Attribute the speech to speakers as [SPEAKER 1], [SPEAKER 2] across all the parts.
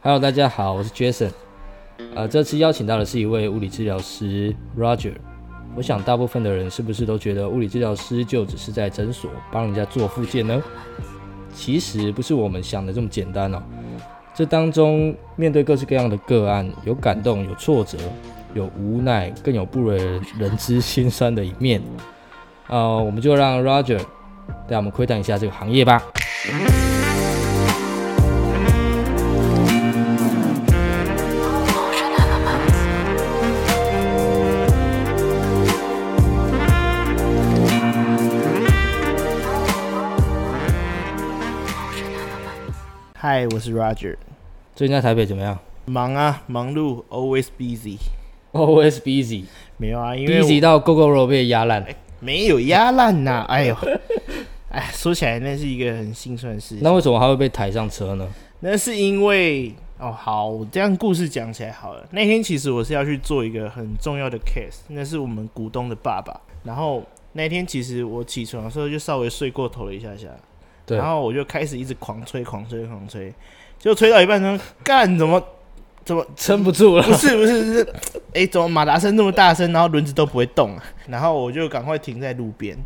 [SPEAKER 1] Hello，大家好，我是 Jason。呃，这次邀请到的是一位物理治疗师 Roger。我想大部分的人是不是都觉得物理治疗师就只是在诊所帮人家做复健呢？其实不是我们想的这么简单哦。这当中面对各式各样的个案，有感动，有挫折，有无奈，更有不为人知心酸的一面。呃，我们就让 Roger 带我们窥探一下这个行业吧。
[SPEAKER 2] 嗨，我是 Roger。
[SPEAKER 1] 最近在台北怎么样
[SPEAKER 2] 忙啊，忙碌，always busy。
[SPEAKER 1] ？Always busy，busy
[SPEAKER 2] 没有啊，因为我哎
[SPEAKER 1] 到 GoGo Roll 被压烂。
[SPEAKER 2] 没有压烂呐。 哎呦，哎，说起来那是一个很心酸的事情。
[SPEAKER 1] 那为什么还会被抬上车 呢？
[SPEAKER 2] 那是因为哦，好，我这样故事讲起来好了。那天其实我是要去做一个很重要的 case，那是我们股东的爸爸。然后那天其实我起床的时候就稍微睡过头了一下下，
[SPEAKER 1] 对
[SPEAKER 2] 然后我就开始一直狂吹、狂吹、狂吹，就吹到一半呢，干怎么怎么
[SPEAKER 1] 撑不住了
[SPEAKER 2] 不是不是是，哎、怎么马达声那么大声，然后轮子都不会动啊？然后我就赶快停在路边，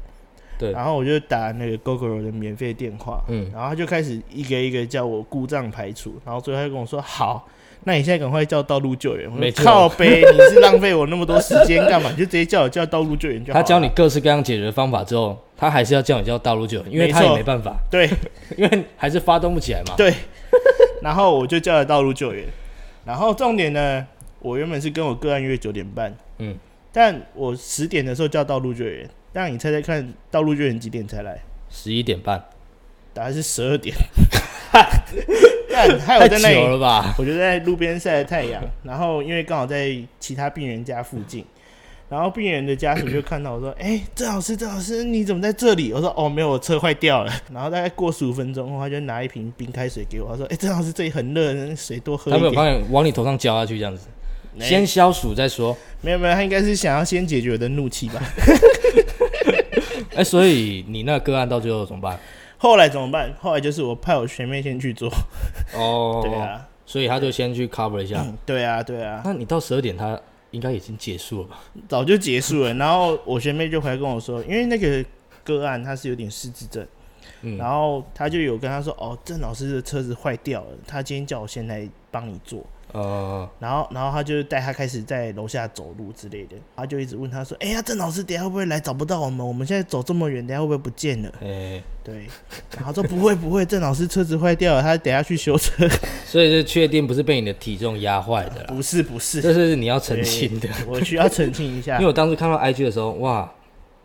[SPEAKER 1] 对
[SPEAKER 2] 然后我就打那个 GoGo 的免费电话，
[SPEAKER 1] 嗯
[SPEAKER 2] 然后他就开始一个一个叫我故障排除，然后最后他就跟我说：“好，那你现在赶快叫道路救援。”我
[SPEAKER 1] 没错
[SPEAKER 2] 说：“靠背，你是浪费我那么多时间干嘛？你就直接叫我叫道路救援就 好。”
[SPEAKER 1] 他教你，各式各样解决方法之后，他还是要叫你叫大陆救援，因为
[SPEAKER 2] 没
[SPEAKER 1] 他也
[SPEAKER 2] 错
[SPEAKER 1] 没办法，
[SPEAKER 2] 对
[SPEAKER 1] 因为还是发动不起来嘛。
[SPEAKER 2] 对，然后我就叫了道路救援。然后重点呢，我原本是跟我个案约九点半，
[SPEAKER 1] 嗯，
[SPEAKER 2] 但我十点的时候叫道路救援，让你猜猜看，道路救援几点才来？
[SPEAKER 1] 十一点半，
[SPEAKER 2] 答案是十二点。 但还
[SPEAKER 1] 太
[SPEAKER 2] 有哎在那里
[SPEAKER 1] 久了 吧？
[SPEAKER 2] 我就在路边晒太阳，然后因为刚好在其他病人家附近，然后病人的家属就看到我说：“哎、郑老师，郑老师，你怎么在这里？”我说：“哦，没有，我车坏掉了。”然后大概过十五分钟后，他就拿一瓶冰开水给我，他说：“哎、郑老师，这里很热，水多喝
[SPEAKER 1] 他没
[SPEAKER 2] 一
[SPEAKER 1] 有
[SPEAKER 2] 点。
[SPEAKER 1] 帮你往你头上浇下去这样子，
[SPEAKER 2] 哎
[SPEAKER 1] 先消暑再 说。”
[SPEAKER 2] 没有没有，他应该是想要先解决我的怒气吧。
[SPEAKER 1] 哎，所以你那个案到最后怎么 办？
[SPEAKER 2] 后来怎么办？后来就是我派我学妹先去做。
[SPEAKER 1] 哦
[SPEAKER 2] 对，啊，
[SPEAKER 1] 所以他就先去 cover 一下。
[SPEAKER 2] 对啊，对啊，
[SPEAKER 1] 那你到十二点，他应该已经结束了吧？
[SPEAKER 2] 早就结束了。然后我学妹就回来跟我说，因为那个个案他是有点失智症。
[SPEAKER 1] 嗯，
[SPEAKER 2] 然后他就有跟他说：“哦，郑老师的车子坏掉了，他今天叫我先来帮你做。
[SPEAKER 1] 呃，”
[SPEAKER 2] 然后，然后他就带他开始在楼下走路之类的。他就一直问他说：“哎呀，郑老师，等一下会不会来找不到我们？我们现在走这么远，等一下会不会不见了
[SPEAKER 1] 哎，？”
[SPEAKER 2] 对，然后他说：“不会，不会，郑老师车子坏掉了，他等一下去修车。
[SPEAKER 1] 所以就确定不是被你的体重压坏 的”啦，
[SPEAKER 2] 不是，不是，
[SPEAKER 1] 啊这是你要澄清的。
[SPEAKER 2] 我需要澄清一下
[SPEAKER 1] 因为。我当时看到 IG 的时候，哇，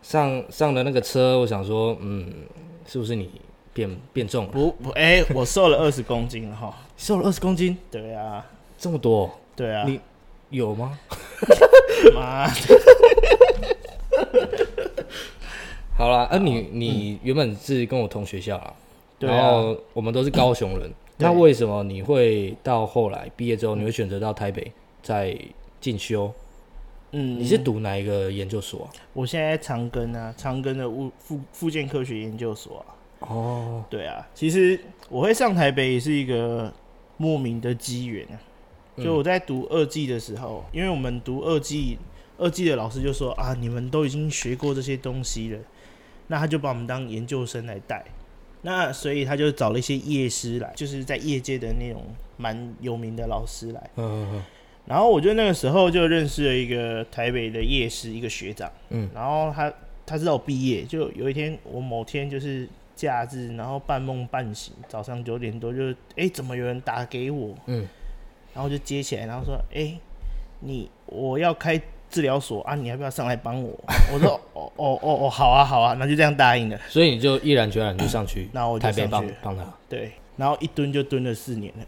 [SPEAKER 1] 上上了那个车，我想说，嗯，是不是你变变重了，
[SPEAKER 2] 不，不，哎、我瘦了二十公斤了哈。
[SPEAKER 1] 瘦了二十公斤，
[SPEAKER 2] 对啊，
[SPEAKER 1] 这么多，
[SPEAKER 2] 对啊，
[SPEAKER 1] 你有 吗？
[SPEAKER 2] 妈
[SPEAKER 1] 好啦，啊你你原本是跟我同学校啦，
[SPEAKER 2] 嗯对
[SPEAKER 1] 然
[SPEAKER 2] 啊，
[SPEAKER 1] 后我们都是高雄人，
[SPEAKER 2] 对
[SPEAKER 1] 那为什么你会到后来毕业之后，你会选择到台北再进修？
[SPEAKER 2] 嗯，
[SPEAKER 1] 你是读哪一个研究所啊？
[SPEAKER 2] 我现在在长庚啊，长庚的物附附件科学研究所啊。
[SPEAKER 1] 哦，
[SPEAKER 2] 对啊，其实我会上台北也是一个莫名的机缘啊。就我在读二技的时候，因为我们读二技，二技的老师就说啊，你们都已经学过这些东西了，那他就把我们当研究生来带。那所以他就找了一些业师来，就是在业界的那种蛮有名的老师来。
[SPEAKER 1] 嗯
[SPEAKER 2] 然后我就那个时候就认识了一个台北的夜师，一个学长，
[SPEAKER 1] 嗯
[SPEAKER 2] 嗯，然后他他知道我毕业，就有一天我某天就是假日，然后半梦半醒，早上九点多就哎、诶怎么有人打给我，
[SPEAKER 1] 嗯
[SPEAKER 2] 然后就接起来，然后说哎、诶你我要开治疗所啊，你要不要上来帮我？ 我说哦哦哦哦好啊好啊，那就这样答应了，
[SPEAKER 1] 嗯，所以你就毅然决然就上去
[SPEAKER 2] 那我就
[SPEAKER 1] 台北
[SPEAKER 2] 上
[SPEAKER 1] 帮
[SPEAKER 2] 去了
[SPEAKER 1] 帮他。
[SPEAKER 2] 对，然后一蹲就蹲了四年了，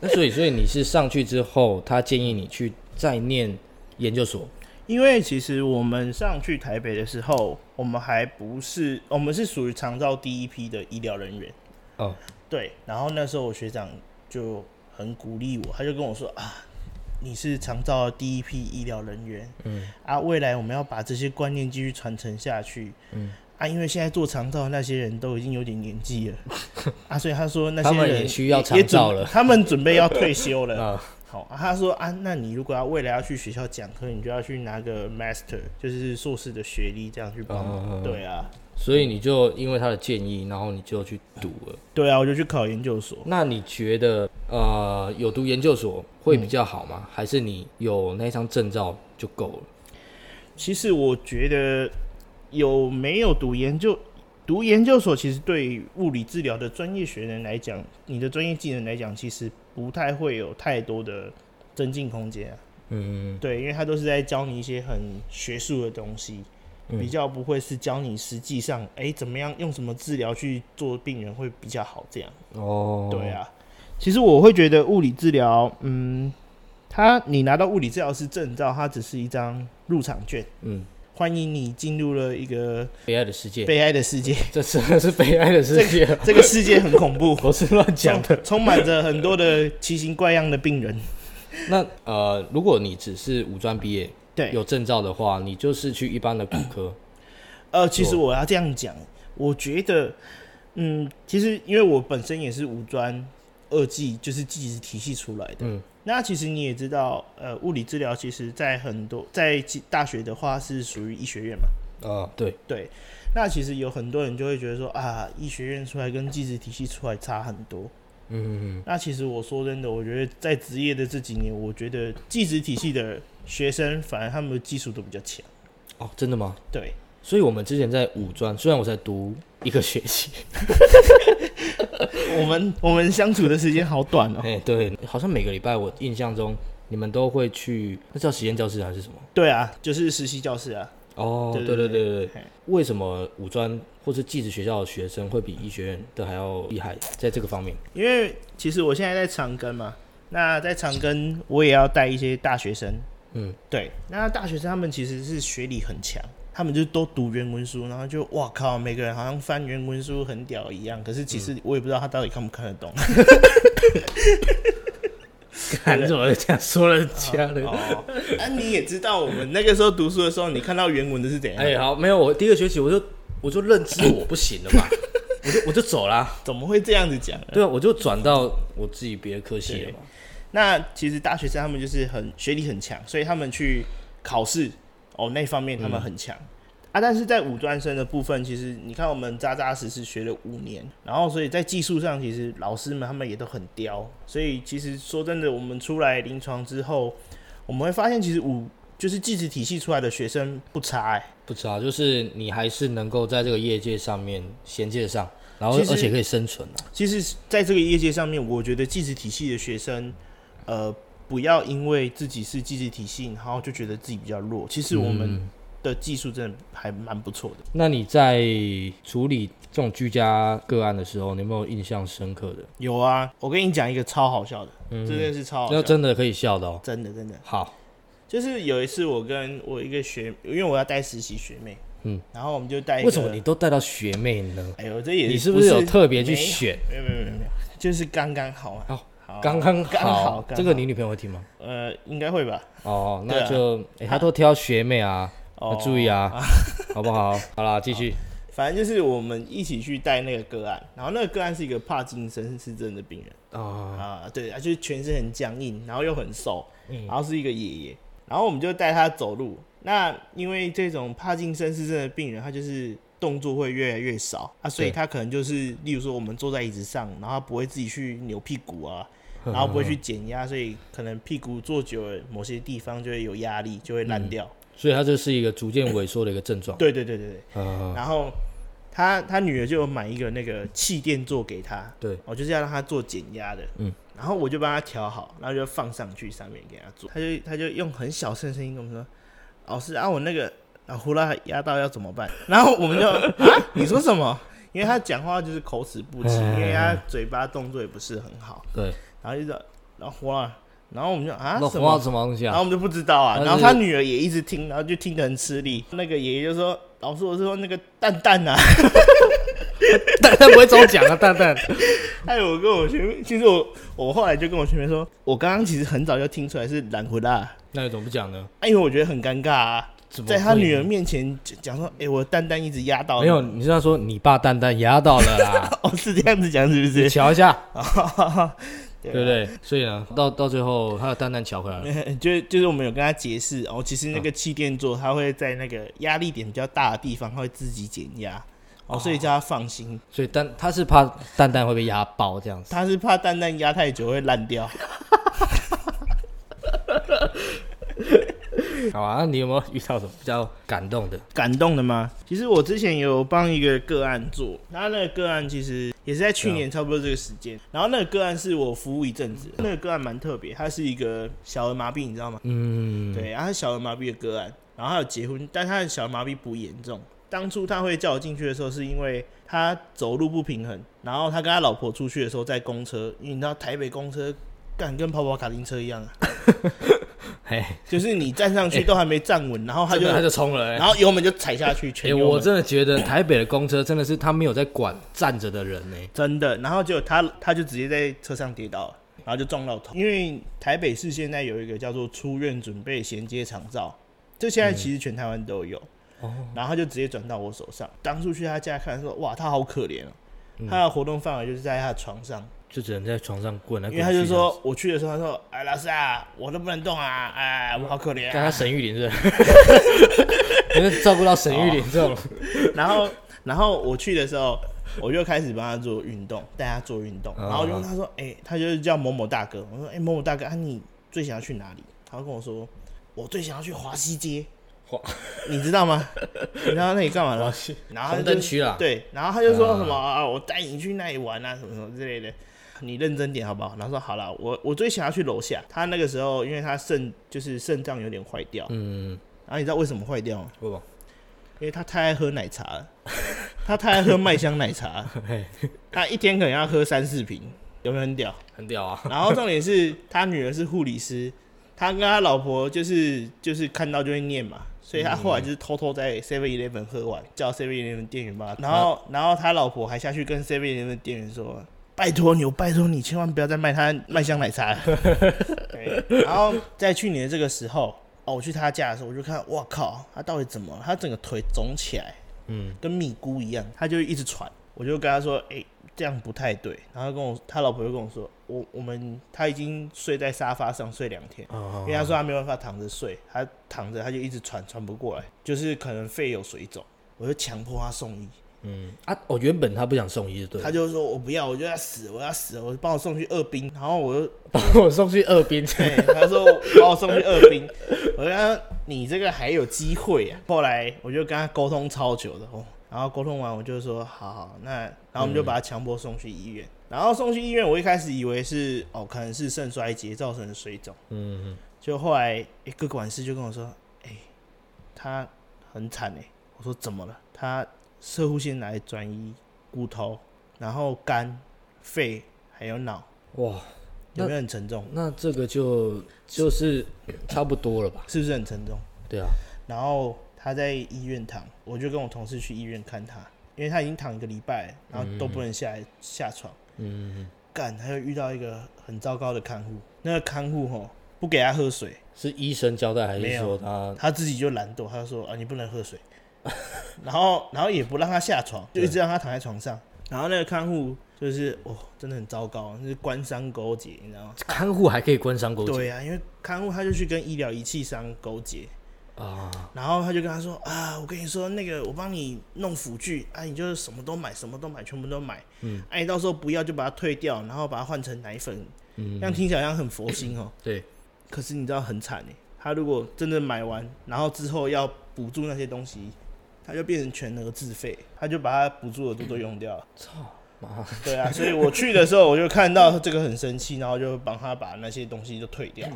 [SPEAKER 1] 那所以，所以你是上去之后，他建议你去再念研究所，
[SPEAKER 2] 因为其实我们上去台北的时候，我们还不是，我们是属于长照第一批的医疗人员。
[SPEAKER 1] 哦，
[SPEAKER 2] 对，然后那时候我学长就很鼓励我，他就跟我说啊，你是长照的第一批医疗人员，嗯，啊，未来我们要把这些观念继续传承下去，嗯，啊，因为现在做肠道的那些人都已经有点年纪了 啊，所以他说那
[SPEAKER 1] 他
[SPEAKER 2] 些
[SPEAKER 1] 们
[SPEAKER 2] 人
[SPEAKER 1] 也需要
[SPEAKER 2] 也
[SPEAKER 1] 肠道
[SPEAKER 2] 准
[SPEAKER 1] 了
[SPEAKER 2] 他们准备要退休 了。
[SPEAKER 1] 啊，
[SPEAKER 2] 好、啊，他说啊，那你如果要未来要去学校讲课，你就要去拿个 master，就是硕士的学历，这样去帮忙。
[SPEAKER 1] 嗯嗯嗯
[SPEAKER 2] 对啊，
[SPEAKER 1] 所以你就因为他的建议，然后你就去读了。
[SPEAKER 2] 对啊，我就去考研究所。
[SPEAKER 1] 那你觉得呃，有读研究所会比较好吗？还是你有那张证照就够了？
[SPEAKER 2] 其实我觉得有没有读研究读研究所，其实对于物理治疗的专业学人来讲，你的专业技能来讲，其实不太会有太多的增进空间、啊。
[SPEAKER 1] 嗯，
[SPEAKER 2] 对，因为他都是在教你一些很学术的东西，
[SPEAKER 1] 嗯
[SPEAKER 2] 比较不会是教你实际上，哎、怎么样用什么治疗去做病人会比较好这样。
[SPEAKER 1] 哦，
[SPEAKER 2] 对，啊，其实我会觉得物理治疗，嗯，他你拿到物理治疗师证照，它只是一张入场券，
[SPEAKER 1] 嗯，
[SPEAKER 2] 欢迎你进入了一个
[SPEAKER 1] 悲哀的世界，
[SPEAKER 2] 悲哀的世界，
[SPEAKER 1] 这真的是悲哀的世界，
[SPEAKER 2] 这个世界很恐怖
[SPEAKER 1] 。我是乱 讲的。
[SPEAKER 2] 充充满着很多的奇形怪样的病人，
[SPEAKER 1] 那呃，如果你只是五专毕业，
[SPEAKER 2] 对，
[SPEAKER 1] 有证照的话，你就是去一般的骨科。
[SPEAKER 2] 呃，其实
[SPEAKER 1] 做
[SPEAKER 2] 我要这样讲，我觉得，嗯，其实因为我本身也是五专二技，就是技职体系出来的。
[SPEAKER 1] 嗯
[SPEAKER 2] 那其实你也知道，呃，物理治疗其实在很多在技大学的话是属于医学院嘛。
[SPEAKER 1] 呃，对，
[SPEAKER 2] 对，那其实有很多人就会觉得说啊，医学院出来跟技职体系出来差很多。
[SPEAKER 1] 嗯，
[SPEAKER 2] 那其实我说真的，我觉得在职业的这几年，我觉得技职体系的学生反而他们的基础都比较强。
[SPEAKER 1] 哦，真的吗？
[SPEAKER 2] 对，
[SPEAKER 1] 所以我们之前在五专，虽然我才读一个学期，
[SPEAKER 2] 我们我们相处的时间好短哦。
[SPEAKER 1] 哎、对，好像每个礼拜我印象中你们都会去，那叫实验教室还是什么？
[SPEAKER 2] 对啊，就是实习教室啊。
[SPEAKER 1] 哦，对
[SPEAKER 2] 对
[SPEAKER 1] 对
[SPEAKER 2] 对
[SPEAKER 1] 对
[SPEAKER 2] 对
[SPEAKER 1] 对
[SPEAKER 2] 嘿
[SPEAKER 1] 为什么五专或是技职学校的学生会比医学院的还要厉害，在这个 方面？
[SPEAKER 2] 因为其实我现在在长庚嘛，那在长庚我也要带一些大学生。
[SPEAKER 1] 嗯，
[SPEAKER 2] 对，那大学生他们其实是学历很强，他们就都读原文书，然后就哇靠，每个人好像翻原文书很屌一样。可是其实我也不知道他到底看不看得懂。
[SPEAKER 1] 你怎么这样说人家呢？
[SPEAKER 2] 哦，那、你也知道，我们那个时候读书的时候，你看到原文的是怎样？
[SPEAKER 1] 哎、好，没有，我第一个学期我就我就认知我不行 了嘛，我就我就走啦。
[SPEAKER 2] 怎么会这样子讲呢？
[SPEAKER 1] 对啊，我就转到我自己别的科系了嘛。
[SPEAKER 2] 那其实大学生他们就是很学历很强，所以他们去考试哦那方面他们很强、啊。但是在五专生的部分，其实你看我们扎扎实实学了五年，然后所以在技术上，其实老师们他们也都很刁。所以其实说真的，我们出来临床之后，我们会发现其实五就是技职体系出来的学生不差哎、
[SPEAKER 1] 不知道，就是你还是能够在这个业界上面衔接上，然后
[SPEAKER 2] 其实
[SPEAKER 1] 而且可以生存啊。
[SPEAKER 2] 其实在这个业界上面，我觉得技职体系的学生，呃，不要因为自己是技职体系，然后就觉得自己比较弱。其实我们
[SPEAKER 1] 嗯
[SPEAKER 2] 的技术真的还蛮不错的。
[SPEAKER 1] 那你在处理这种居家个案的时候，你有没有印象深刻的？
[SPEAKER 2] 有啊，我跟你讲一个超好笑的，真的是超好
[SPEAKER 1] 那
[SPEAKER 2] 笑
[SPEAKER 1] 嗯
[SPEAKER 2] 的，
[SPEAKER 1] 真的可以笑的哦。
[SPEAKER 2] 真的真的。
[SPEAKER 1] 好，
[SPEAKER 2] 就是有一次我跟我一个学，因为我要带实习学妹，
[SPEAKER 1] 嗯，
[SPEAKER 2] 然后我们就哎带一个
[SPEAKER 1] 为什么你？都带到学妹呢？
[SPEAKER 2] 哎呦，这也
[SPEAKER 1] 你是
[SPEAKER 2] 不
[SPEAKER 1] 不是有特别去选？
[SPEAKER 2] 没有没有没有没有，就是刚刚好啊嘛。
[SPEAKER 1] 哦
[SPEAKER 2] 好，
[SPEAKER 1] 刚刚
[SPEAKER 2] 刚好，刚
[SPEAKER 1] 这个
[SPEAKER 2] 好
[SPEAKER 1] 你女朋友会听吗？
[SPEAKER 2] 呃应该会吧？
[SPEAKER 1] 哦，
[SPEAKER 2] 对
[SPEAKER 1] 那
[SPEAKER 2] 啊
[SPEAKER 1] 就哎，她都挑学妹啊，要
[SPEAKER 2] 哦，
[SPEAKER 1] 注意 啊，好不好？好啦，继续。
[SPEAKER 2] 反正就是我们一起去带那个个案，然后那个个案是一个帕金森氏症的病
[SPEAKER 1] 啊，
[SPEAKER 2] 人啊、对啊，就是全身很僵硬，然后又很瘦，
[SPEAKER 1] 嗯
[SPEAKER 2] 然后是一个爷爷，然后我们就带他走路。那因为这种帕金森氏症的病人，他就是动作会越来越少啊，所以
[SPEAKER 1] 对
[SPEAKER 2] 他可能就是，例如说我们坐在椅子上，然后他不会自己去扭屁股啊，然后不会去减压，所以可能屁股坐久了，某些地方就会有压力，就会烂
[SPEAKER 1] 嗯
[SPEAKER 2] 掉。
[SPEAKER 1] 所以她这是一个逐渐萎缩的一个症状。
[SPEAKER 2] 对对对对对。
[SPEAKER 1] 嗯，
[SPEAKER 2] 然后他他女儿就有买一个那个气垫座给他，
[SPEAKER 1] 对，
[SPEAKER 2] 我就是要让他做减压的，
[SPEAKER 1] 嗯，
[SPEAKER 2] 然后我就帮他调好，然后就放上去上面给他做，他就他就用很小声的声音跟我们说，老师啊，我那个啊呼啦压到要怎么办？ 然后我 们就啊，你说什么？因为他讲话就是口齿不清，
[SPEAKER 1] 哎
[SPEAKER 2] 因为他嘴巴动作也不是很好，
[SPEAKER 1] 对，
[SPEAKER 2] 然后就说然后呼啦，然后我们就啊
[SPEAKER 1] 那
[SPEAKER 2] 什
[SPEAKER 1] 花
[SPEAKER 2] 么？
[SPEAKER 1] 什么东西
[SPEAKER 2] 然
[SPEAKER 1] 啊
[SPEAKER 2] 后？我们就不知道啊，
[SPEAKER 1] 但是
[SPEAKER 2] 然后他女儿也一直听，然后就听得很吃力。那个爷爷就说：“老师，我是说那个蛋蛋啊，
[SPEAKER 1] 那不会中奖啊，蛋蛋。
[SPEAKER 2] 哎，我跟我学妹，其实我我后来就跟我学妹说，我刚刚其实很早就听出来是懒回啦，
[SPEAKER 1] 那你怎么不讲呢？
[SPEAKER 2] 哎因为我觉得很尴尬啊，
[SPEAKER 1] 怎么
[SPEAKER 2] 在他
[SPEAKER 1] 会
[SPEAKER 2] 女儿面前讲讲说，哎、我的蛋蛋一直压到你，
[SPEAKER 1] 没有，你是要说你爸蛋蛋压到了啦？
[SPEAKER 2] 哦，是这样子讲是不
[SPEAKER 1] 你
[SPEAKER 2] 是？
[SPEAKER 1] 瞧一下， 对
[SPEAKER 2] 对啊
[SPEAKER 1] 不对？所以呢，到到最后，他的蛋蛋瞧回来了。
[SPEAKER 2] 对？就就是我们有跟他解释哦，其实那个气垫座它会在那个压力点比较大的地方，它会自己减压哦，所以叫他放心，
[SPEAKER 1] 所以蛋他是怕蛋蛋会被压爆这样 子。
[SPEAKER 2] 他是怕蛋蛋压太久会烂掉。
[SPEAKER 1] 好啊，那你有没有遇到什么比较感动的？
[SPEAKER 2] 感动的吗？其实我之前有帮一个个案做，他那个个案其实也是在去年差不多这个时间，然后那个个案是我服务一阵子，那个个案蛮特别，他是一个小儿麻痹，你知道吗？
[SPEAKER 1] 嗯，
[SPEAKER 2] 对，然后他是小儿麻痹的个案，然后他有结婚，但他的小儿麻痹不严重。当初他会叫我进去的时候，是因为他走路不平衡，然后他跟他老婆出去的时候在公车，因为你知道台北公车干跟跑跑卡丁车一样啊，
[SPEAKER 1] 嘿，
[SPEAKER 2] 就是你站上去都还没站稳，然后他
[SPEAKER 1] 他
[SPEAKER 2] 就
[SPEAKER 1] 就他就冲了、欸。
[SPEAKER 2] 然后油门就踩下去，
[SPEAKER 1] 哎、
[SPEAKER 2] 全油
[SPEAKER 1] 我
[SPEAKER 2] 门
[SPEAKER 1] 真的觉得台北的公车真的是他没有在管站着的人呢、欸
[SPEAKER 2] 真的，然后就他他就直接在车上跌倒了，然后就撞到头。因为台北市现在有一个叫做出院准备衔接长照，这现在其实全台湾都有。
[SPEAKER 1] 嗯哦
[SPEAKER 2] 然后他就直接转到我手上。当初去他家看的时候，哇，他好可怜哦。
[SPEAKER 1] 嗯
[SPEAKER 2] 他的活动范围就是在他的床上，
[SPEAKER 1] 就只能在床上滚来
[SPEAKER 2] 因
[SPEAKER 1] 滚
[SPEAKER 2] 为
[SPEAKER 1] 去。
[SPEAKER 2] 他就，说我去的时候，他说：“哎，老师啊，我都不能动啊，哎，我好可怜、
[SPEAKER 1] 但
[SPEAKER 2] 啊。
[SPEAKER 1] 他沈玉林是不 是， 因为照顾到沈
[SPEAKER 2] 哦
[SPEAKER 1] 玉林这种，”
[SPEAKER 2] 然后，然后我去的时候，我就开始帮他做运动，带他做运动。
[SPEAKER 1] 嗯
[SPEAKER 2] 然后我就问他说：“哎、他就是叫某某大哥。”我说：“哎、某某大哥，啊，你最想要去哪里？”他跟我说：“我最想要去华西街。”
[SPEAKER 1] 华，
[SPEAKER 2] 你知道吗？你知道那里干嘛了？然后他
[SPEAKER 1] 红
[SPEAKER 2] 就
[SPEAKER 1] 灯区啦。
[SPEAKER 2] 对，然后他就说
[SPEAKER 1] 嗯
[SPEAKER 2] 什么啊，我带你去那里玩啊，什么什么之类的。你认真点好不好？然后说好了，我我最想要去楼下。他那个时候，因为他肾就是肾脏有点坏掉，
[SPEAKER 1] 嗯，
[SPEAKER 2] 然后你知道为什么坏掉吗？
[SPEAKER 1] 不吧，
[SPEAKER 2] 因为他太爱喝奶茶了，他太爱喝麦香奶茶了，
[SPEAKER 1] 嘿，
[SPEAKER 2] 他一天可能要喝三四瓶，有没有很屌？
[SPEAKER 1] 很屌啊。
[SPEAKER 2] 然后重点是他女儿是护理师，他跟他老婆就是就是看到就会念嘛，所以他后来就是偷偷在 Seven Eleven 喝完，叫 Seven Eleven 店员帮他。然后然后他老婆还下去跟 Seven Eleven 店员说：“拜托你，我拜托你，千万不要再卖他麦香奶茶了。对”然后在去年的这个时候，哦，我去他家的时候，我就看，哇靠，他到底怎么了？他整个腿肿起来，
[SPEAKER 1] 嗯，
[SPEAKER 2] 跟米姑一样，他就一直喘。我就跟他说：“哎、这样不太对。”然后他跟我他老婆就跟我说：“我我们他已经睡在沙发上睡两天，
[SPEAKER 1] 哦
[SPEAKER 2] 因为他说他没有办法躺着睡，他躺着他就一直喘喘不过来，就是可能肺有水肿。”我就强迫他送医，
[SPEAKER 1] 嗯啊，我原本他不想送医，对
[SPEAKER 2] 他
[SPEAKER 1] 了，
[SPEAKER 2] 就说：“我不要，我就要死，我要死，我帮我送去二兵。”然后我就
[SPEAKER 1] 把我送去二 兵。
[SPEAKER 2] 对，他说把我送去二兵，我跟他说你这个还有机会啊。后来我就跟他沟通超久的哦，然后沟通完我就说好好，那然后我
[SPEAKER 1] 嗯
[SPEAKER 2] 们就把他强迫送去医院。然后送去医院，我一开始以为是哦，可能是肾衰竭造成的水肿，
[SPEAKER 1] 嗯，
[SPEAKER 2] 就后来一个管事就跟我说，哎、他很惨哎、我说怎么了？他射护腺癌转移骨头，然后肝、肺还有脑，
[SPEAKER 1] 哇，
[SPEAKER 2] 有没有很沉重？
[SPEAKER 1] 那这个就就是差不多了吧？
[SPEAKER 2] 是不是很沉重？
[SPEAKER 1] 对啊，
[SPEAKER 2] 然后他在医院躺，我就跟我同事去医院看他，因为他已经躺一个礼拜，然后都不能下来、下床。
[SPEAKER 1] 嗯，
[SPEAKER 2] 干，他又遇到一个很糟糕的看护，那个看护吼不给他喝水，
[SPEAKER 1] 是医生交代还
[SPEAKER 2] 没
[SPEAKER 1] 是
[SPEAKER 2] 有
[SPEAKER 1] 说他
[SPEAKER 2] 他自己就懒惰，他就说啊你不能 喝水，然后然后也不让他下床，就一直让他躺在床上。然后那个看护就是哦，真的很糟糕，就是官商勾结，你知道吗？
[SPEAKER 1] 看护还可以官商勾结
[SPEAKER 2] 对啊，因为看护他就去跟医疗仪器商勾结，
[SPEAKER 1] 啊？
[SPEAKER 2] 然后他就跟他说啊，我跟你说那个，我帮你弄辅具啊，你就是什么都买，什么都买，全部都买。嗯，哎、你到时候不要就把它退掉，然后把它换成奶粉。
[SPEAKER 1] 嗯
[SPEAKER 2] 这样听起来好像很佛心哦，
[SPEAKER 1] 对，
[SPEAKER 2] 可是你知道很惨哎，他如果真的买完，然后之后要补助那些东西，他就变成全额自费，他就把他补助额度都用掉了。
[SPEAKER 1] 操妈，
[SPEAKER 2] 对啊，所以我去的时候我就看到这个很生气，然后就帮他把那些东西都退
[SPEAKER 1] 嗯
[SPEAKER 2] 掉，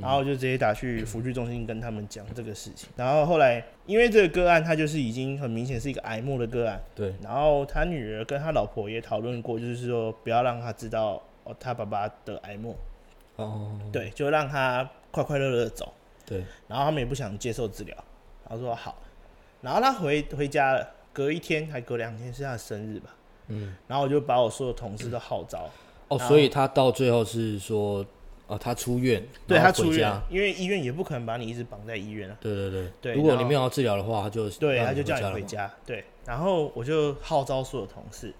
[SPEAKER 2] 然后就直接打去辅具中心跟他们讲这个事情。然后后来因为这个个案，他就是已经很明显是一个癌末的个案，
[SPEAKER 1] 对，
[SPEAKER 2] 然后他女儿跟他老婆也讨论过，就是说不要让他知道哦他爸爸得癌末，
[SPEAKER 1] 哦，
[SPEAKER 2] 对，就让他快快乐乐的走。
[SPEAKER 1] 对，
[SPEAKER 2] 然后他们也不想接受治疗，然后说好，然后他回回家了，隔一天还隔两天是他的生日吧，嗯，然后我就把我所有同事都号召，
[SPEAKER 1] 哦，所以他到最后是说，哦，他出院，
[SPEAKER 2] 对
[SPEAKER 1] 然
[SPEAKER 2] 他
[SPEAKER 1] 后回
[SPEAKER 2] 出院
[SPEAKER 1] 家，，
[SPEAKER 2] 因为医院也不可能把你一直绑在医院啊，
[SPEAKER 1] 对对对，
[SPEAKER 2] 对
[SPEAKER 1] 如果
[SPEAKER 2] 然
[SPEAKER 1] 你
[SPEAKER 2] 后
[SPEAKER 1] 没有要治疗的话，他就
[SPEAKER 2] 对，
[SPEAKER 1] 让
[SPEAKER 2] 他就叫
[SPEAKER 1] 啊家
[SPEAKER 2] 你
[SPEAKER 1] 了
[SPEAKER 2] 回
[SPEAKER 1] 嘛。
[SPEAKER 2] 家，对，然后我就号召所有同事，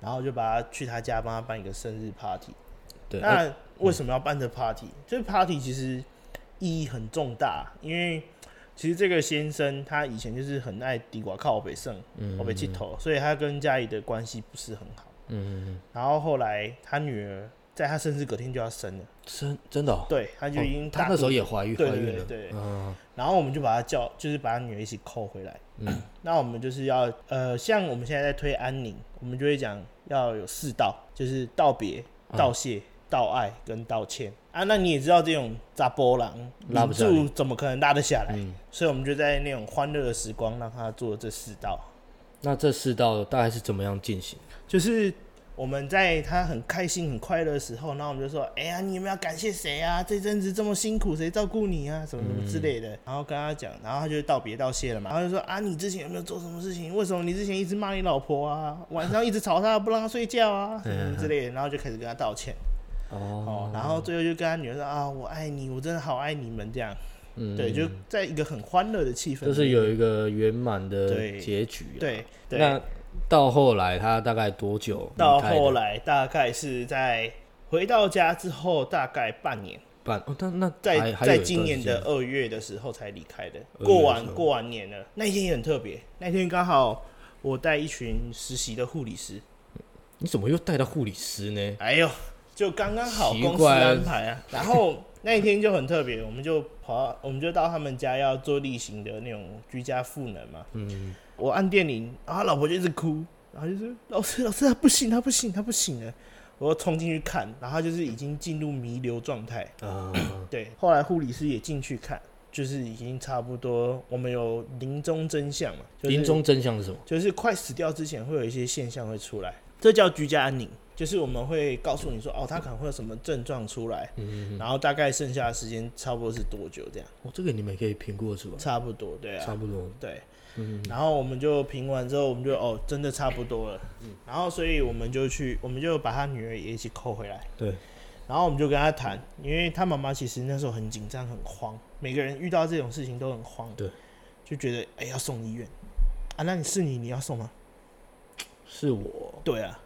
[SPEAKER 2] 然后就把他去他家帮他办一个生日 party。
[SPEAKER 1] 对，哎
[SPEAKER 2] 那为什么要办这 party？这 party 其实意义很重大，因为其实这个先生他以前就是很爱地瓜靠北胜，
[SPEAKER 1] 嗯
[SPEAKER 2] 我北气头，所以他跟家里的关系不是很好。
[SPEAKER 1] 嗯嗯嗯，
[SPEAKER 2] 然后后来他女儿在他生日隔天就要生了，
[SPEAKER 1] 真真的哦，
[SPEAKER 2] 对，他就已经
[SPEAKER 1] 哦他
[SPEAKER 2] 大
[SPEAKER 1] 那时候
[SPEAKER 2] 肚
[SPEAKER 1] 也怀孕，
[SPEAKER 2] 对
[SPEAKER 1] 怀
[SPEAKER 2] 对
[SPEAKER 1] 孕
[SPEAKER 2] 对
[SPEAKER 1] 了，
[SPEAKER 2] 对
[SPEAKER 1] 嗯，
[SPEAKER 2] 然后我们就把他叫，就是把他女儿一起扣回来。 那我们就是要呃，像我们现在在推安宁，我们就会讲要有四道，就是道别、道谢、道爱跟道歉啊。那你也知道这种扎波浪
[SPEAKER 1] 拉不下来嗯
[SPEAKER 2] 住怎么可能拉得下来？所以我们就在那种欢乐的时光，让他做这四道，
[SPEAKER 1] 那这四道大概是怎么样进行？
[SPEAKER 2] 就是。我们在他很开心、很快乐的时候，然后我们就说：“哎呀，你有没有要感谢谁啊？这阵子这么辛苦，谁照顾你啊？什么什
[SPEAKER 1] 嗯
[SPEAKER 2] 么之类的。然后跟他讲，然后他就道别道谢了嘛。然后就说：“啊，你之前有没有做什么事情？为什么你之前一直骂你老婆啊？晚上一直吵她，不让她睡觉啊，什么什么之类的。”然后就开始跟他道歉。哦
[SPEAKER 1] 哦，，
[SPEAKER 2] 然后最后就跟他女儿说：“啊，我爱你，我真的好爱你们。”这样，
[SPEAKER 1] 嗯，
[SPEAKER 2] 对，就在一个很欢乐的气氛里面，
[SPEAKER 1] 就是有一个圆满的
[SPEAKER 2] 对
[SPEAKER 1] 结局啊。
[SPEAKER 2] 对对。
[SPEAKER 1] 那到后来他大概多久离开的？
[SPEAKER 2] 到后来大概是在回到家之后大概半年，
[SPEAKER 1] 办哦，那那
[SPEAKER 2] 在
[SPEAKER 1] 还还有
[SPEAKER 2] 在
[SPEAKER 1] 一
[SPEAKER 2] 今
[SPEAKER 1] 段
[SPEAKER 2] 年
[SPEAKER 1] 时间
[SPEAKER 2] 的二月的时候才离开的。
[SPEAKER 1] 2
[SPEAKER 2] 过
[SPEAKER 1] 月
[SPEAKER 2] 完
[SPEAKER 1] 的时候
[SPEAKER 2] 过完年了，那一天也很特别，那天刚好我带一群实习的护理师，
[SPEAKER 1] 你怎么又带到护理师呢？
[SPEAKER 2] 哎呦，就刚刚好
[SPEAKER 1] 奇
[SPEAKER 2] 公司
[SPEAKER 1] 怪
[SPEAKER 2] 安排啊。然后那一天就很特别，我们就跑到，我们就到他们家要做例行的那种居家赋能嘛。嗯，我按电铃，然后他老婆就一直哭，然后就是老师老师他不行，他不行，他不行了。我就冲进去看，然后他就是已经进入弥留状态。
[SPEAKER 1] 啊，
[SPEAKER 2] 对，后来护理师也进去看，就是已经差不多，我们有临终真相嘛，就是
[SPEAKER 1] 临终真相是什么？
[SPEAKER 2] 就是快死掉之前会有一些现象会出来，这叫居家安宁，就是我们会告诉你说，哦，他可能会有什么症状出来，
[SPEAKER 1] 嗯
[SPEAKER 2] 然后大概剩下的时间差不多是多久这样，
[SPEAKER 1] 哦，这个你们也可以评估出来，
[SPEAKER 2] 差不多，对
[SPEAKER 1] 差
[SPEAKER 2] 啊，
[SPEAKER 1] 不多。嗯
[SPEAKER 2] 对，然后我们就评完之后，我们就哦，真的差不多了，然后所以我们就去，我们就把他女儿也一起扣回来，
[SPEAKER 1] 对，
[SPEAKER 2] 然后我们就跟他谈，因为他妈妈其实那时候很紧张很慌，每个人遇到这种事情都很慌，
[SPEAKER 1] 对，
[SPEAKER 2] 就觉得哎、要送医院啊，那你是你你要送吗？
[SPEAKER 1] 是我。
[SPEAKER 2] 对啊。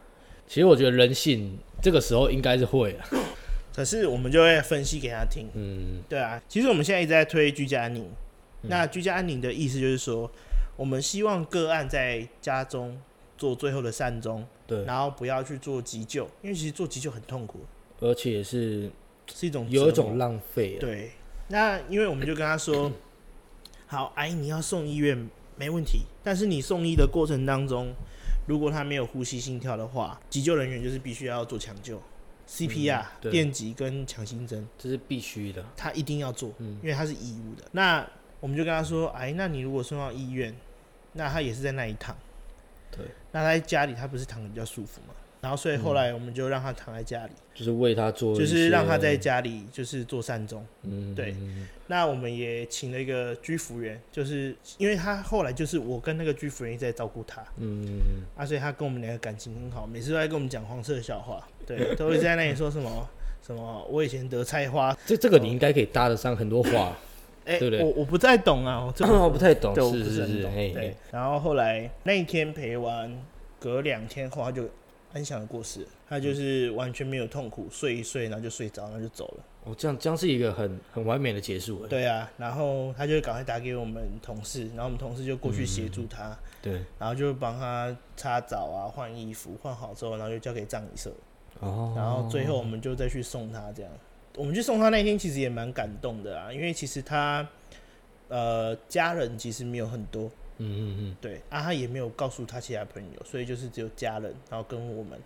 [SPEAKER 1] 其实我觉得人性这个时候应该是会 了。
[SPEAKER 2] 可是我们就会分析给他听，
[SPEAKER 1] 嗯，
[SPEAKER 2] 对啊。其实我们现在一直在推居家安宁，那居家安宁的意思就是说，我们希望个案在家中做最后的善终，
[SPEAKER 1] 对，
[SPEAKER 2] 然后不要去做急救，因为其实做急救很痛苦，
[SPEAKER 1] 而且也是
[SPEAKER 2] 是一种
[SPEAKER 1] 有一
[SPEAKER 2] 折磨
[SPEAKER 1] 种浪费啊。
[SPEAKER 2] 对，那因为我们就跟他说， 好，阿姨你要送医院没问题，但是你送医的过程当中，如果他没有呼吸心跳的话，急救人员就是必须要做抢救，CPR、
[SPEAKER 1] 嗯对
[SPEAKER 2] 电击跟强心针，
[SPEAKER 1] 这是必须的。
[SPEAKER 2] 他一定要做，
[SPEAKER 1] 嗯
[SPEAKER 2] 因为他是义务的。那我们就跟他说，哎，那你如果送到医院，那他也是在那一躺，
[SPEAKER 1] 对，
[SPEAKER 2] 那他在家里他不是躺的比较舒服嘛？然后所以后来我们就让他躺在家里，
[SPEAKER 1] 就是为他做一些，
[SPEAKER 2] 就是让他在家里就是做善终。
[SPEAKER 1] 嗯，
[SPEAKER 2] 对
[SPEAKER 1] 嗯
[SPEAKER 2] 那我们也请了一个居服员，就是因为他后来就是我跟那个居服员一直在照顾他
[SPEAKER 1] 嗯，
[SPEAKER 2] 啊，所以他跟我们两个感情很好，每次都在跟我们讲黄色笑话，对，都会在那里说什么什么我以前得菜花，
[SPEAKER 1] 这这个你应该可以搭得上很多话，
[SPEAKER 2] 哎、
[SPEAKER 1] 对不对
[SPEAKER 2] 我我不太懂啊，我这
[SPEAKER 1] 我不太懂
[SPEAKER 2] 对，我，不
[SPEAKER 1] 哦是是
[SPEAKER 2] 很
[SPEAKER 1] 是，
[SPEAKER 2] 懂，
[SPEAKER 1] 嘿，
[SPEAKER 2] 对
[SPEAKER 1] 嘿。
[SPEAKER 2] 然后后来那一天陪完，隔两天后他就安详的过世了，他就是完全没有痛苦，睡一睡然后就睡着，然后就走了。
[SPEAKER 1] 哦，这样这样是一个很很完美的结束。哎
[SPEAKER 2] 对啊，然后他就赶快打给我们同事，然后我们同事就过去协
[SPEAKER 1] 嗯
[SPEAKER 2] 助他，
[SPEAKER 1] 对，
[SPEAKER 2] 然后就帮他擦澡啊、换衣服，换好之后，然后就交给葬仪社，
[SPEAKER 1] 哦，
[SPEAKER 2] 然后最后我们就再去送他这样。我们去送他那一天其实也蛮感动的啊，因为其实他呃家人其实没有很多，
[SPEAKER 1] 嗯嗯
[SPEAKER 2] 对啊，他也没有告诉他其他朋友，所以就是只有家人，然后跟我们。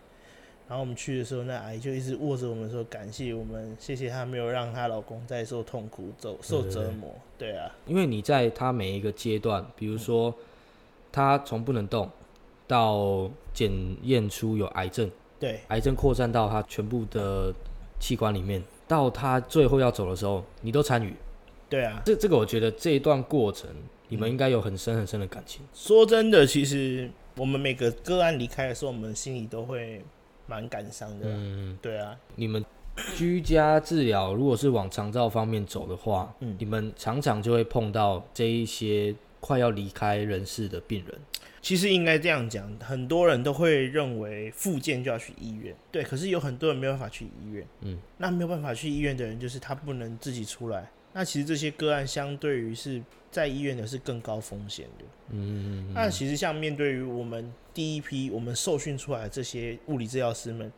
[SPEAKER 2] 然后我们去的时候，那阿姨就一直握着我们说：“感谢我们，谢谢她没有让她老公再受痛苦、受受折磨。”对啊，
[SPEAKER 1] 嗯，因为你在他每一个阶段，比如说他从不能动到检验出有癌症，
[SPEAKER 2] 对
[SPEAKER 1] 癌症扩散到他全部的器官里面，到他最后要走的时候，你都参与。
[SPEAKER 2] 对啊，
[SPEAKER 1] 这
[SPEAKER 2] 嗯
[SPEAKER 1] 这个我觉得这一段过程，你们应该有很深很深的感情。
[SPEAKER 2] 说真的，其实我们每个个案离开的时候，我们心里都会蛮感伤的。
[SPEAKER 1] 嗯，
[SPEAKER 2] 对啊，
[SPEAKER 1] 你们居家治疗如果是往长照方面走的话，
[SPEAKER 2] 嗯
[SPEAKER 1] 你们常常就会碰到这一些快要离开人世的病人。
[SPEAKER 2] 其实应该这样讲，很多人都会认为复健就要去医院，对。可是有很多人没有办法去医院，
[SPEAKER 1] 嗯，
[SPEAKER 2] 那没有办法去医院的人，就是他不能自己出来。那其实这些个案相对于是在医院的是更高风险的。
[SPEAKER 1] 嗯，
[SPEAKER 2] 那其实像面对于我们第一批我们受训出来的这些物理治疗师们，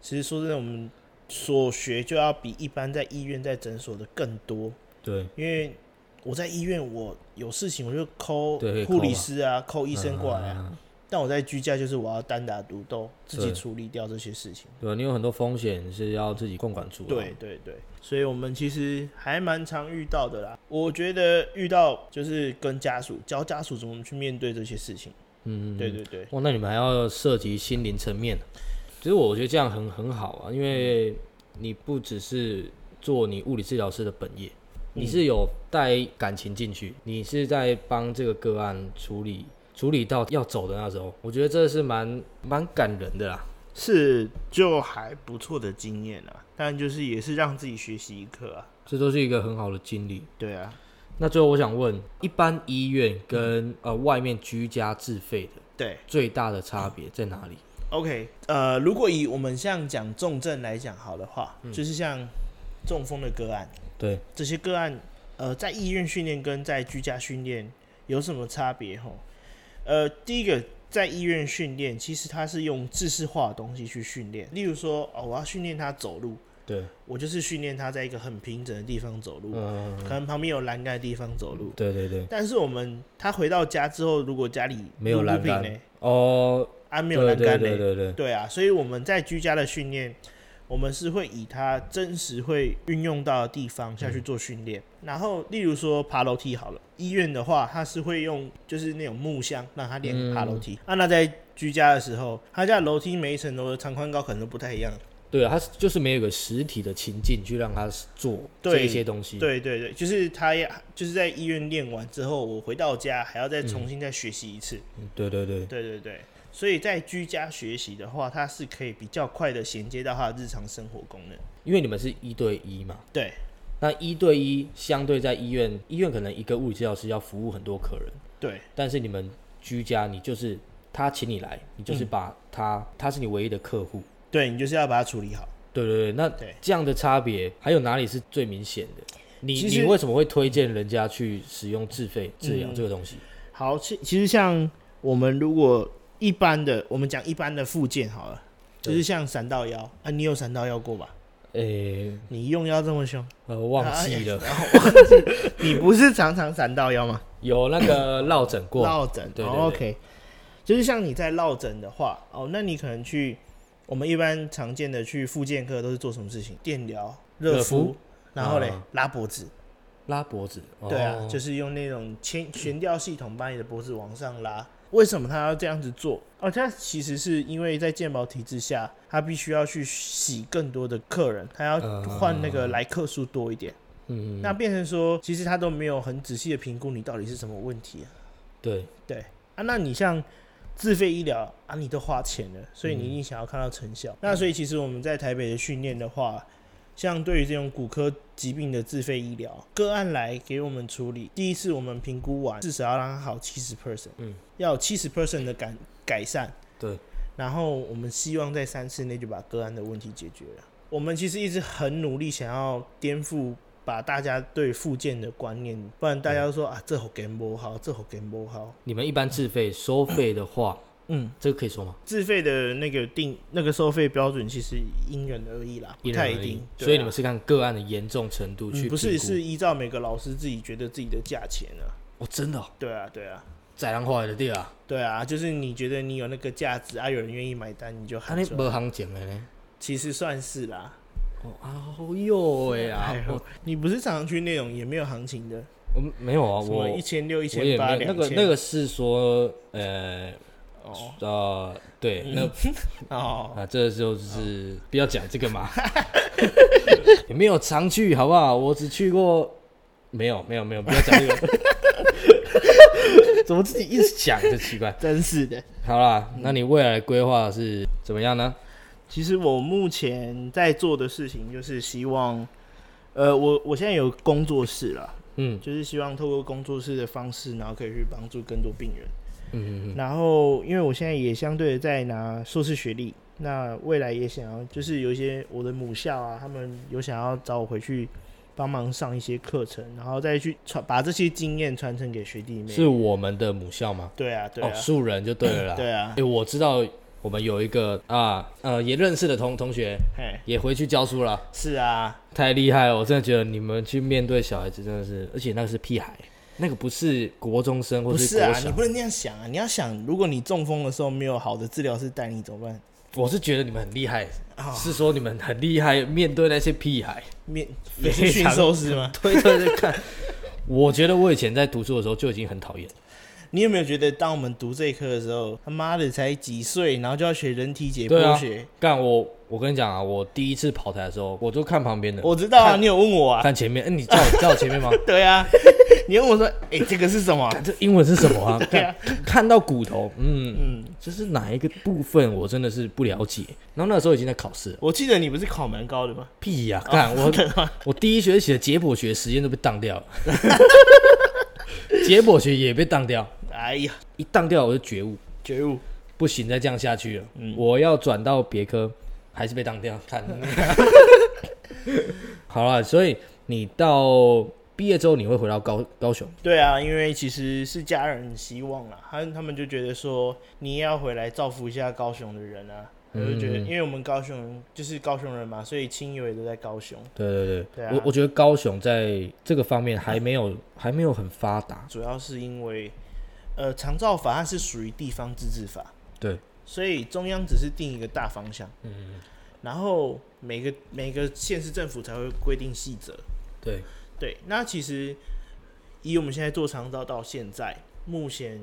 [SPEAKER 2] 其实说真的，我们所学就要比一般在医院、在诊所的更多，
[SPEAKER 1] 对，
[SPEAKER 2] 因为我在医院我有事情我就抠
[SPEAKER 1] 对
[SPEAKER 2] 护
[SPEAKER 1] 扣
[SPEAKER 2] 理
[SPEAKER 1] 啊
[SPEAKER 2] 师啊，抠医生过来啊。
[SPEAKER 1] 嗯
[SPEAKER 2] 但我在居家就是我要单打独斗，自己
[SPEAKER 1] 对
[SPEAKER 2] 处理掉这些事情。
[SPEAKER 1] 对，你有很多风险是要自己控管住、啊。
[SPEAKER 2] 对，对对，所以我们其实还蛮常遇到的啦。我觉得遇到就是跟家属教家属怎么去面对这些事情。
[SPEAKER 1] 嗯，
[SPEAKER 2] 对对对，
[SPEAKER 1] 哇，那你们还要涉及心灵层面，啊其实我觉得这样很很好啊，因为你不只是做你物理治疗师的本业，
[SPEAKER 2] 嗯
[SPEAKER 1] 你是有带感情进去，你是在帮这个个案处理处理到要走的那时候，我觉得这是蛮蛮感人的啦。
[SPEAKER 2] 是就还不错的经验啊，但就是也是让自己学习一课啊。
[SPEAKER 1] 这都是一个很好的经历。
[SPEAKER 2] 对啊，
[SPEAKER 1] 那最后我想问，一般医院跟、
[SPEAKER 2] 嗯
[SPEAKER 1] 呃外面居家自费的
[SPEAKER 2] 对
[SPEAKER 1] 最大的差别在哪里？
[SPEAKER 2] ，OK，呃，如果以我们像讲重症来讲好的话，
[SPEAKER 1] 嗯
[SPEAKER 2] 就是像中风的个案，
[SPEAKER 1] 对，
[SPEAKER 2] 这些个案，呃，在医院训练跟在居家训练有什么差别？吼，呃，第一个在医院训练，其实它是用知识化的东西去训练，例如说，哦，我要训练他走路，
[SPEAKER 1] 对，
[SPEAKER 2] 我就是训练他在一个很平整的地方走路，
[SPEAKER 1] 嗯，
[SPEAKER 2] 可能旁边有栏杆的地方走路。
[SPEAKER 1] 对对对，
[SPEAKER 2] 但是我们他回到家之后，如果家里
[SPEAKER 1] 没有
[SPEAKER 2] 路不
[SPEAKER 1] 栏
[SPEAKER 2] 平
[SPEAKER 1] 杆
[SPEAKER 2] 嘞，
[SPEAKER 1] 哦，
[SPEAKER 2] 啊没
[SPEAKER 1] 对
[SPEAKER 2] 有栏
[SPEAKER 1] 对
[SPEAKER 2] 杆
[SPEAKER 1] 对
[SPEAKER 2] 嘞，
[SPEAKER 1] 对对，
[SPEAKER 2] 对啊，所以我们在居家的训练，我们是会以他真实会运用到的地方下去做训练。然后例如说爬楼梯好了，医院的话，他是会用就是那种木箱让他练爬楼梯。啊，那在居家的时候，他家楼梯每一层楼的长宽高可能都不太一样。
[SPEAKER 1] 对啊，他就是没有一个实体的情境去让他做
[SPEAKER 2] 对
[SPEAKER 1] 这一些东西。
[SPEAKER 2] 对对对，就是他要就是在医院练完之后，我回到家还要再重新再学习一次。
[SPEAKER 1] 嗯对对对
[SPEAKER 2] 对对对，所以在居家学习的话，它是可以比较快的衔接到它的日常生活功能。
[SPEAKER 1] 因为你们是一对一嘛，
[SPEAKER 2] 对
[SPEAKER 1] 那一对一相对在医院，医院可能一个物理治疗师要服务很多客人，
[SPEAKER 2] 对
[SPEAKER 1] 但是你们居家，你就是他请你来，你
[SPEAKER 2] 嗯
[SPEAKER 1] 就是把他，他是你唯一的客户。
[SPEAKER 2] 对，你就是要把它处理好。
[SPEAKER 1] 对对对，那
[SPEAKER 2] 对
[SPEAKER 1] 这样的差别还有哪里是最明显的？你
[SPEAKER 2] 其实
[SPEAKER 1] 你为什么会推荐人家去使用自费治疗
[SPEAKER 2] 嗯
[SPEAKER 1] 这个东西？
[SPEAKER 2] 好，其其实像我们如果一般的，我们讲一般的附件好了，就
[SPEAKER 1] 对
[SPEAKER 2] 是像闪到腰啊，你有闪到腰过吧？
[SPEAKER 1] 诶、
[SPEAKER 2] 你用腰这么凶，
[SPEAKER 1] 呃，忘记了，
[SPEAKER 2] 然后忘记你不是常常闪到腰吗？
[SPEAKER 1] 有那个落枕 过，
[SPEAKER 2] 落枕，
[SPEAKER 1] 对对
[SPEAKER 2] 哦
[SPEAKER 1] 对
[SPEAKER 2] OK，就是像你在落枕的话，哦，那你可能去我们一般常见的去复健科都是做什么事情？电疗、热
[SPEAKER 1] 热敷
[SPEAKER 2] 敷，然后嘞、
[SPEAKER 1] 啊
[SPEAKER 2] 拉脖子，
[SPEAKER 1] 拉脖子。
[SPEAKER 2] 对啊
[SPEAKER 1] 哦，
[SPEAKER 2] 就是用那种牵悬吊系统把你的脖子往上拉。为什么他要这样子做？哦，他其实是因为在健保体制下，他必须要去洗更多的客人，他要
[SPEAKER 1] 嗯
[SPEAKER 2] 换那个来客数多一点。
[SPEAKER 1] 嗯，
[SPEAKER 2] 那变成说，其实他都没有很仔细的评估你到底是什么问题啊。
[SPEAKER 1] 对，
[SPEAKER 2] 啊，那你像自费医疗啊，你都花钱了，所以你一定想要看到成效。那所以其实我们在台北的训练的话，像对于这种骨科疾病的自费医疗个案来给我们处理，第一次我们评估完，至少要让它好七十 percent，
[SPEAKER 1] 嗯，
[SPEAKER 2] 要有七十 percent 的改改善，
[SPEAKER 1] 对。
[SPEAKER 2] 然后我们希望在三次内就把个案的问题解决了。我们其实一直很努力，想要颠覆把大家对复健的观念，不然大家都说、啊，这好 game 不好，这好 game 不好。
[SPEAKER 1] 你们一般自费收费的话，
[SPEAKER 2] 嗯，
[SPEAKER 1] 这个可以说吗？
[SPEAKER 2] 自费的那个定那个收费标准其实因人而异啦，不
[SPEAKER 1] 因人
[SPEAKER 2] 太
[SPEAKER 1] 而
[SPEAKER 2] 一
[SPEAKER 1] 异
[SPEAKER 2] 定。对啊
[SPEAKER 1] 所以你们是看个案的严重程度去
[SPEAKER 2] 嗯
[SPEAKER 1] 评
[SPEAKER 2] 不
[SPEAKER 1] 估
[SPEAKER 2] 是是依照每个老师自己觉得自己的价钱啊？
[SPEAKER 1] 哦，真的哦
[SPEAKER 2] 对啊，对啊，
[SPEAKER 1] 宰人坏的对啊，
[SPEAKER 2] 对啊，就是你觉得你有那个价值啊，有人愿意买单，你就
[SPEAKER 1] 他
[SPEAKER 2] 喊
[SPEAKER 1] 啊那
[SPEAKER 2] 出来。
[SPEAKER 1] 没行情的呢。
[SPEAKER 2] 其实算是啦。
[SPEAKER 1] 哦啊，好哟喂啊
[SPEAKER 2] 哎，呦
[SPEAKER 1] 我，
[SPEAKER 2] 你不是常常去那种也没有行情的，
[SPEAKER 1] 我没有啊，
[SPEAKER 2] 什
[SPEAKER 1] 我
[SPEAKER 2] 么一千六、一
[SPEAKER 1] 我也
[SPEAKER 2] 千八、
[SPEAKER 1] 没有那
[SPEAKER 2] 两
[SPEAKER 1] 个
[SPEAKER 2] 千
[SPEAKER 1] 那个是说呃
[SPEAKER 2] 哦嗯
[SPEAKER 1] 呃对，那
[SPEAKER 2] 哦，
[SPEAKER 1] 啊这就是不要讲这个嘛， 也没有常去好不好？我只去过。没有没有没有，不要讲这个。怎么自己一直 讲就奇怪。
[SPEAKER 2] 真是的。
[SPEAKER 1] 好啦，那你未来的规划是怎么样呢？
[SPEAKER 2] 其实我目前在做的事情就是希望，呃，我我现在有工作室啦，
[SPEAKER 1] 嗯
[SPEAKER 2] 就是希望透过工作室的方式，然后可以去帮助更多病人。
[SPEAKER 1] 嗯嗯
[SPEAKER 2] 然后，因为我现在也相对的在拿硕士学历，那未来也想要，就是有一些我的母校啊，他们有想要找我回去帮忙上一些课程，然后再去传把这些经验传承给学弟
[SPEAKER 1] 嗯，
[SPEAKER 2] 妹。
[SPEAKER 1] 是我们的母校吗？
[SPEAKER 2] 对啊，对
[SPEAKER 1] 哦
[SPEAKER 2] 啊，，
[SPEAKER 1] 素人就对了啦。
[SPEAKER 2] 对啊
[SPEAKER 1] 哎、，我知道我们有一个啊，呃，也认识的同同学
[SPEAKER 2] 嘿，
[SPEAKER 1] 也回去教书了，
[SPEAKER 2] 是啊，
[SPEAKER 1] 太厉害了！我真的觉得你们去面对小孩子真的是，而且那个是屁孩，那个不是国中生或
[SPEAKER 2] 不是啊
[SPEAKER 1] 国，小。
[SPEAKER 2] 你不能那样想啊！你要想，如果你中风的时候没有好的治疗师带你，怎么办？
[SPEAKER 1] 我是觉得你们很厉害，
[SPEAKER 2] 啊
[SPEAKER 1] 是说你们很厉害，面对那些屁孩，
[SPEAKER 2] 面也是
[SPEAKER 1] 非
[SPEAKER 2] 驯
[SPEAKER 1] 常
[SPEAKER 2] 兽师吗？
[SPEAKER 1] 推推着看。我觉得我以前在读书的时候就已经很讨厌了，
[SPEAKER 2] 你有没有觉得，当我们读这一课的时候，他妈的才几岁，然后就要学人体解
[SPEAKER 1] 对啊
[SPEAKER 2] 剖学？
[SPEAKER 1] 干我，我跟你讲啊，我第一次跑台的时候，我就看旁边的，
[SPEAKER 2] 我知道啊，
[SPEAKER 1] 看
[SPEAKER 2] 你有问我啊？
[SPEAKER 1] 看前面，哎、你在我在 我前面吗？
[SPEAKER 2] 对啊，你问我说，哎、这个是什么？
[SPEAKER 1] 干这英文是什么啊？
[SPEAKER 2] 对啊
[SPEAKER 1] 看看到骨头，嗯，
[SPEAKER 2] 嗯，
[SPEAKER 1] 这是哪一个部分？我真的是不了解。然后那时候已经在考试了，
[SPEAKER 2] 我记得你不是考蛮高的吗？
[SPEAKER 1] 屁
[SPEAKER 2] 哦
[SPEAKER 1] 呀、干我 我第一学期的解剖学实验都被当掉 了，解剖学也被当掉，
[SPEAKER 2] 哎呀，
[SPEAKER 1] 一当掉我就觉悟，
[SPEAKER 2] 觉悟，
[SPEAKER 1] 不行，再这样下去了，
[SPEAKER 2] 嗯
[SPEAKER 1] 我要转到别科，还是被当掉。看， 好了，所以你到毕业之后你会回到高高雄，
[SPEAKER 2] 对啊，因为其实是家人希望啦，他他们就觉得说，你也要回来造福一下高雄的人啊。我
[SPEAKER 1] 嗯
[SPEAKER 2] 就觉得，因为我们高雄人就是高雄人嘛，所以亲友也都在高雄。
[SPEAKER 1] 对对对，
[SPEAKER 2] 对啊
[SPEAKER 1] 我我觉得高雄在这个方面还没有还没有很发达，
[SPEAKER 2] 主要是因为，呃，长照法它是属于地方自治法，
[SPEAKER 1] 对，
[SPEAKER 2] 所以中央只是定一个大方向，嗯，然后每个每个县市政府才会规定细则，
[SPEAKER 1] 对，
[SPEAKER 2] 对，那其实以我们现在做长照到现在，目前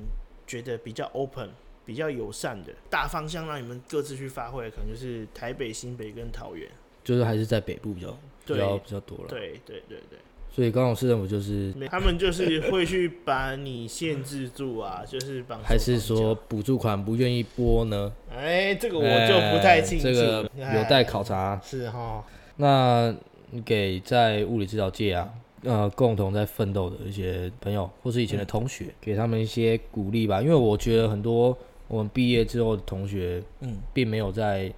[SPEAKER 2] 觉得比较 open、比较友善的大方向，让你们各自去发挥，可能就是台北、新北跟桃园。
[SPEAKER 1] 就是还是在北部比较比
[SPEAKER 2] 对
[SPEAKER 1] 较比较多了，
[SPEAKER 2] 对对对对
[SPEAKER 1] 所以高雄市政府就是
[SPEAKER 2] 没，他们就是会去把你限制 住啊，就是帮手
[SPEAKER 1] 还是
[SPEAKER 2] 绑脚
[SPEAKER 1] 说补助款不愿意拨呢？
[SPEAKER 2] 哎，这个我就不太清楚，
[SPEAKER 1] 哎这个有待考察、
[SPEAKER 2] 哎是哈。
[SPEAKER 1] 那你给在物理治疗界啊，呃，共同在奋斗的一些朋友，或是以前的同
[SPEAKER 2] 嗯
[SPEAKER 1] 学，给他们一些鼓励吧。因为我觉得很多我们毕业之后的同学，
[SPEAKER 2] 嗯，
[SPEAKER 1] 并没有在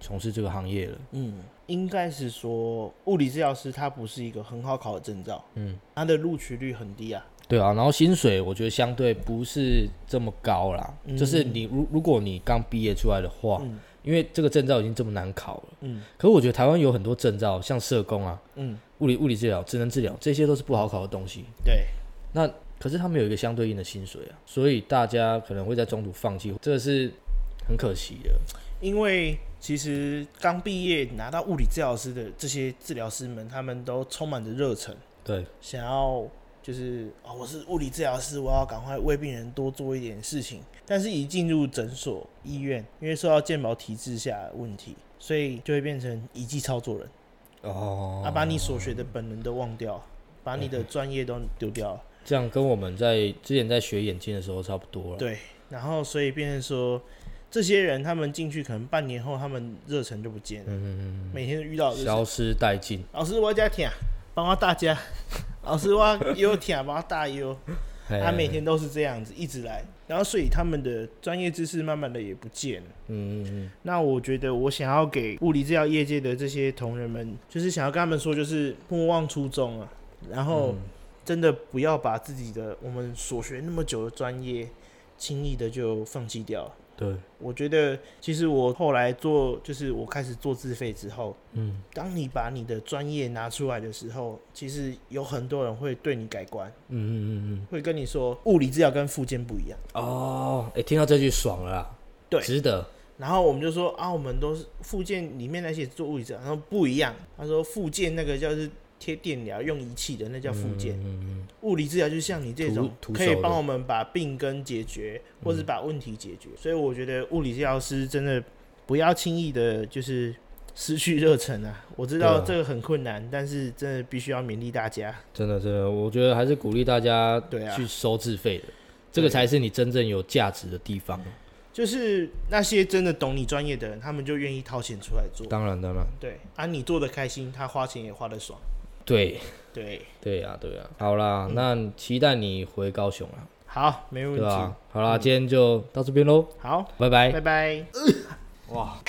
[SPEAKER 1] 从事这个行业了。
[SPEAKER 2] 嗯，应该是说物理治疗师他不是一个很好考的证照，
[SPEAKER 1] 嗯，
[SPEAKER 2] 他的录取率很低啊。
[SPEAKER 1] 对啊，然后薪水我觉得相对不是这么高啦。就是你如如果你刚毕业出来的话，
[SPEAKER 2] 嗯
[SPEAKER 1] 因为这个证照已经这么难考了，
[SPEAKER 2] 嗯
[SPEAKER 1] 可是我觉得台湾有很多证照，像社工啊、
[SPEAKER 2] 嗯，
[SPEAKER 1] 物理物理治疗、职能治疗，这些都是不好考的东西。
[SPEAKER 2] 对，
[SPEAKER 1] 那可是他们有一个相对应的薪水啊，所以大家可能会在中途放弃，这是很可惜的。
[SPEAKER 2] 因为其实刚毕业拿到物理治疗师的这些治疗师们，他们都充满着热忱，
[SPEAKER 1] 对，
[SPEAKER 2] 想要就是啊、我是物理治疗师，我要赶快为病人多做一点事情。但是，一进入诊所、医院，因为受到健保体制下的问题，所以就会变成一技操作人，
[SPEAKER 1] 哦
[SPEAKER 2] 啊，把你所学的本能都忘掉，把你的专业都丢掉了。
[SPEAKER 1] 这样跟我们在之前在学眼睛的时候差不多了。
[SPEAKER 2] 对，然后所以变成说，这些人他们进去可能半年后，他们热忱就不见了，
[SPEAKER 1] 嗯，
[SPEAKER 2] 每天都遇到的热忱
[SPEAKER 1] 消失殆尽。
[SPEAKER 2] 老师我加听，啊帮我大家。老师我有听，啊帮我 大优。
[SPEAKER 1] 嘿
[SPEAKER 2] 他每天都是这样子，一直来，然后所以他们的专业知识慢慢的也不见了。
[SPEAKER 1] 嗯嗯嗯，
[SPEAKER 2] 那我觉得我想要给物理治疗业界的这些同仁们，就是想要跟他们说，就是莫忘初衷啊，然后
[SPEAKER 1] 嗯
[SPEAKER 2] 真的不要把自己的我们所学那么久的专业，轻易的就放弃掉了。
[SPEAKER 1] 对，
[SPEAKER 2] 我觉得，其实我后来做，就是我开始做自费之后，
[SPEAKER 1] 嗯，
[SPEAKER 2] 当你把你的专业拿出来的时候，其实有很多人会对你改观，
[SPEAKER 1] 嗯嗯嗯嗯，
[SPEAKER 2] 会跟你说物理治疗跟复健不一样。
[SPEAKER 1] 哦，哎、听到这句爽了啦，
[SPEAKER 2] 对
[SPEAKER 1] 值得。
[SPEAKER 2] 然后我们就说啊，我们都是复健里面那些做物理治疗，然后不一样。他说复健那个叫是贴电疗用仪器的，那叫复健。
[SPEAKER 1] 嗯嗯
[SPEAKER 2] 物理治疗就像你这种
[SPEAKER 1] 徒徒手
[SPEAKER 2] 可
[SPEAKER 1] 的
[SPEAKER 2] 以帮我们把病根解决，或是把问题解决。所以我觉得物理治疗师真的不要轻易的，就是失去热忱啊。我知道
[SPEAKER 1] 对啊
[SPEAKER 2] 这个很困难，但是真的必须要勉励大家
[SPEAKER 1] 嗯，。真的真的，我觉得还是鼓励大家
[SPEAKER 2] 对啊
[SPEAKER 1] 去收自费的，这个才是你真正有价值的地方。
[SPEAKER 2] 就是那些真的懂你专业的人，他们就愿意掏钱出来做。
[SPEAKER 1] 当然，当然，
[SPEAKER 2] 对啊，你做的开心，他花钱也花的爽。
[SPEAKER 1] 对，
[SPEAKER 2] 对，
[SPEAKER 1] 对呀、对呀、啊好啦，
[SPEAKER 2] 嗯
[SPEAKER 1] 那期待你回高雄啊啦，
[SPEAKER 2] 好，没问
[SPEAKER 1] 对
[SPEAKER 2] 题。
[SPEAKER 1] 吧、哎好啦，今天就到这边喽，
[SPEAKER 2] 好，
[SPEAKER 1] 拜拜
[SPEAKER 2] 拜。拜。
[SPEAKER 1] 哇。